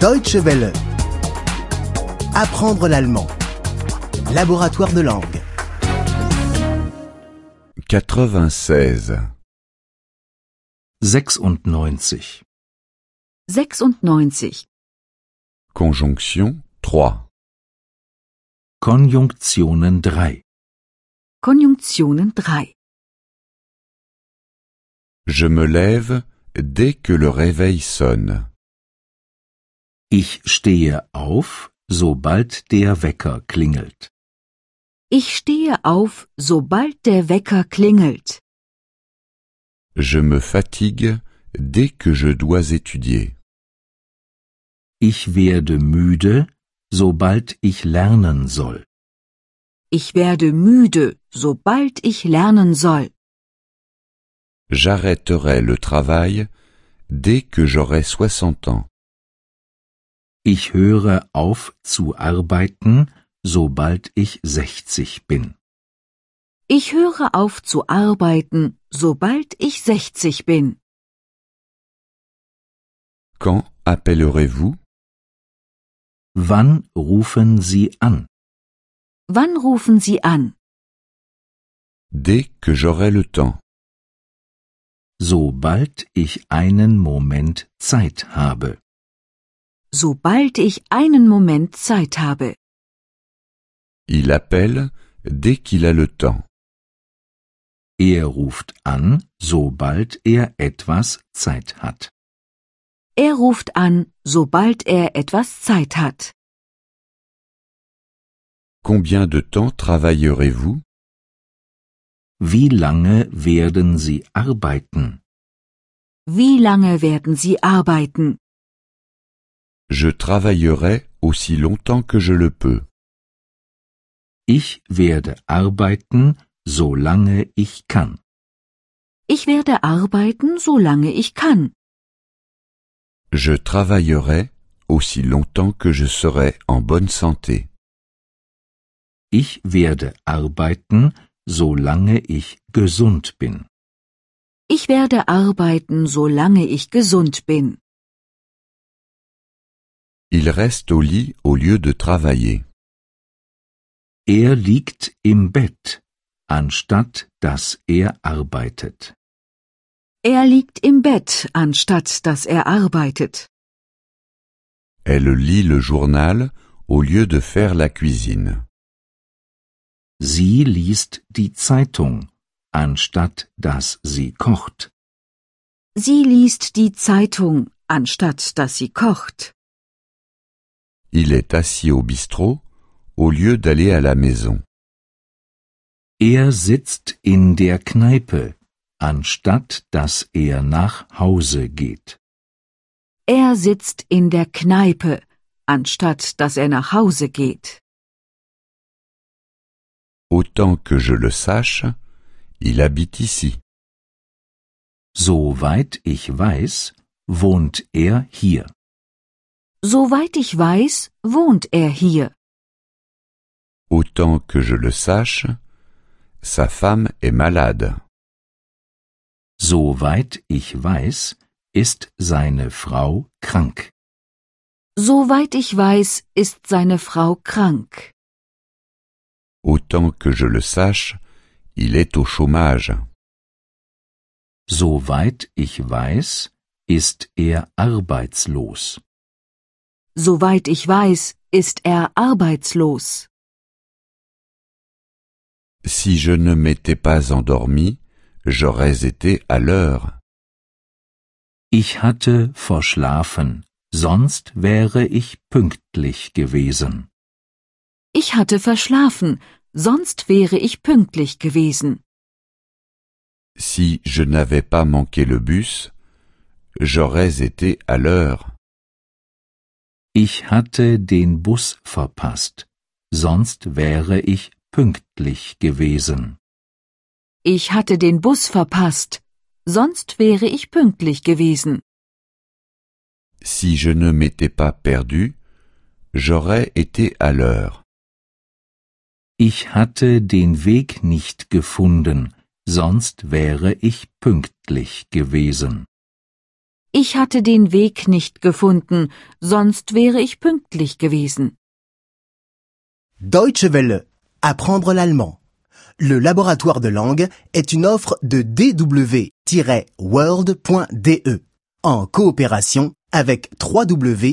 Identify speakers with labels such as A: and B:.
A: Deutsche Welle. Apprendre l'allemand. Laboratoire de langue.
B: 96.
C: 96.
D: 96.
B: Conjonction 3.
C: Konjunktionen 3.
D: Konjunktionen 3.
B: Je me lève dès que le réveil sonne.
C: Ich stehe auf, sobald der Wecker klingelt.
D: Ich stehe auf, sobald der Wecker klingelt.
B: Je me fatigue dès que je dois étudier.
C: Ich werde müde, sobald ich lernen soll.
D: Ich werde müde, sobald ich lernen soll.
B: J'arrêterai le travail dès que j'aurai 60 ans.
C: Ich höre auf zu arbeiten, sobald ich 60 bin.
D: Ich höre auf zu arbeiten, sobald ich 60 bin.
B: Quand appellerez-vous
C: Wann rufen Sie an?
D: Wann rufen Sie an?
B: Dès que j'aurai le temps.
C: Sobald ich einen Moment Zeit habe.
D: Sobald ich einen Moment Zeit habe.
B: Il appelle dès qu'il a le temps.
C: Er ruft an, sobald er etwas Zeit hat.
D: Er ruft an, sobald er etwas Zeit hat.
B: Combien de temps travaillerez-vous
C: Wie lange werden Sie arbeiten?
D: Wie lange werden Sie arbeiten?
B: Je travaillerai aussi longtemps que je le peux.
C: Ich werde arbeiten, solange ich kann.
D: Ich werde arbeiten, solange ich kann.
B: Je travaillerai aussi longtemps que je serai en bonne santé.
C: Ich werde arbeiten, solange ich gesund bin.
D: Ich werde arbeiten, solange ich gesund bin.
B: Il reste au lit au lieu de travailler.
C: Er liegt im Bett, anstatt dass er arbeitet.
D: Er liegt im Bett, anstatt dass er arbeitet.
B: Elle lit le journal au lieu de faire la cuisine.
C: Sie liest die Zeitung, anstatt dass sie kocht.
D: Sie liest die Zeitung, anstatt dass sie kocht.
B: Il est assis au bistrot au lieu d'aller à la maison.
C: Er sitzt in der Kneipe, anstatt dass er nach Hause geht.
D: Er sitzt in der Kneipe, anstatt dass er nach Hause geht.
B: Autant que je le sache, il habite ici.
C: Soweit ich weiß, wohnt er hier.
D: Soweit ich weiß, wohnt er hier.
B: Autant que je le sache, sa femme est malade.
C: Soweit ich weiß, ist seine Frau krank.
D: Soweit ich weiß, ist seine Frau krank.
B: Autant que je le sache, il est au chômage.
C: Soweit ich weiß, ist er arbeitslos.
D: Soweit ich weiß, ist er arbeitslos.
B: Si je ne m'étais pas endormi, j'aurais été à l'heure.
C: Ich hatte verschlafen, sonst wäre ich pünktlich gewesen.
D: Ich hatte verschlafen, sonst wäre ich pünktlich gewesen.
B: Si je n'avais pas manqué le bus, j'aurais été à l'heure.
C: Ich hatte den Bus verpasst, sonst wäre ich pünktlich gewesen.
D: Ich hatte den Bus verpasst, sonst wäre ich pünktlich gewesen.
B: Si je ne m'étais pas perdu, j'aurais été à l'heure.
C: Ich hatte den Weg nicht gefunden, sonst wäre ich pünktlich gewesen.
D: Ich hatte den Weg nicht gefunden, sonst wäre ich pünktlich gewesen.
A: Deutsche Welle. Apprendre l'allemand. Le laboratoire de langue est une offre de dw-world.de E, en coopération avec www.book2.de.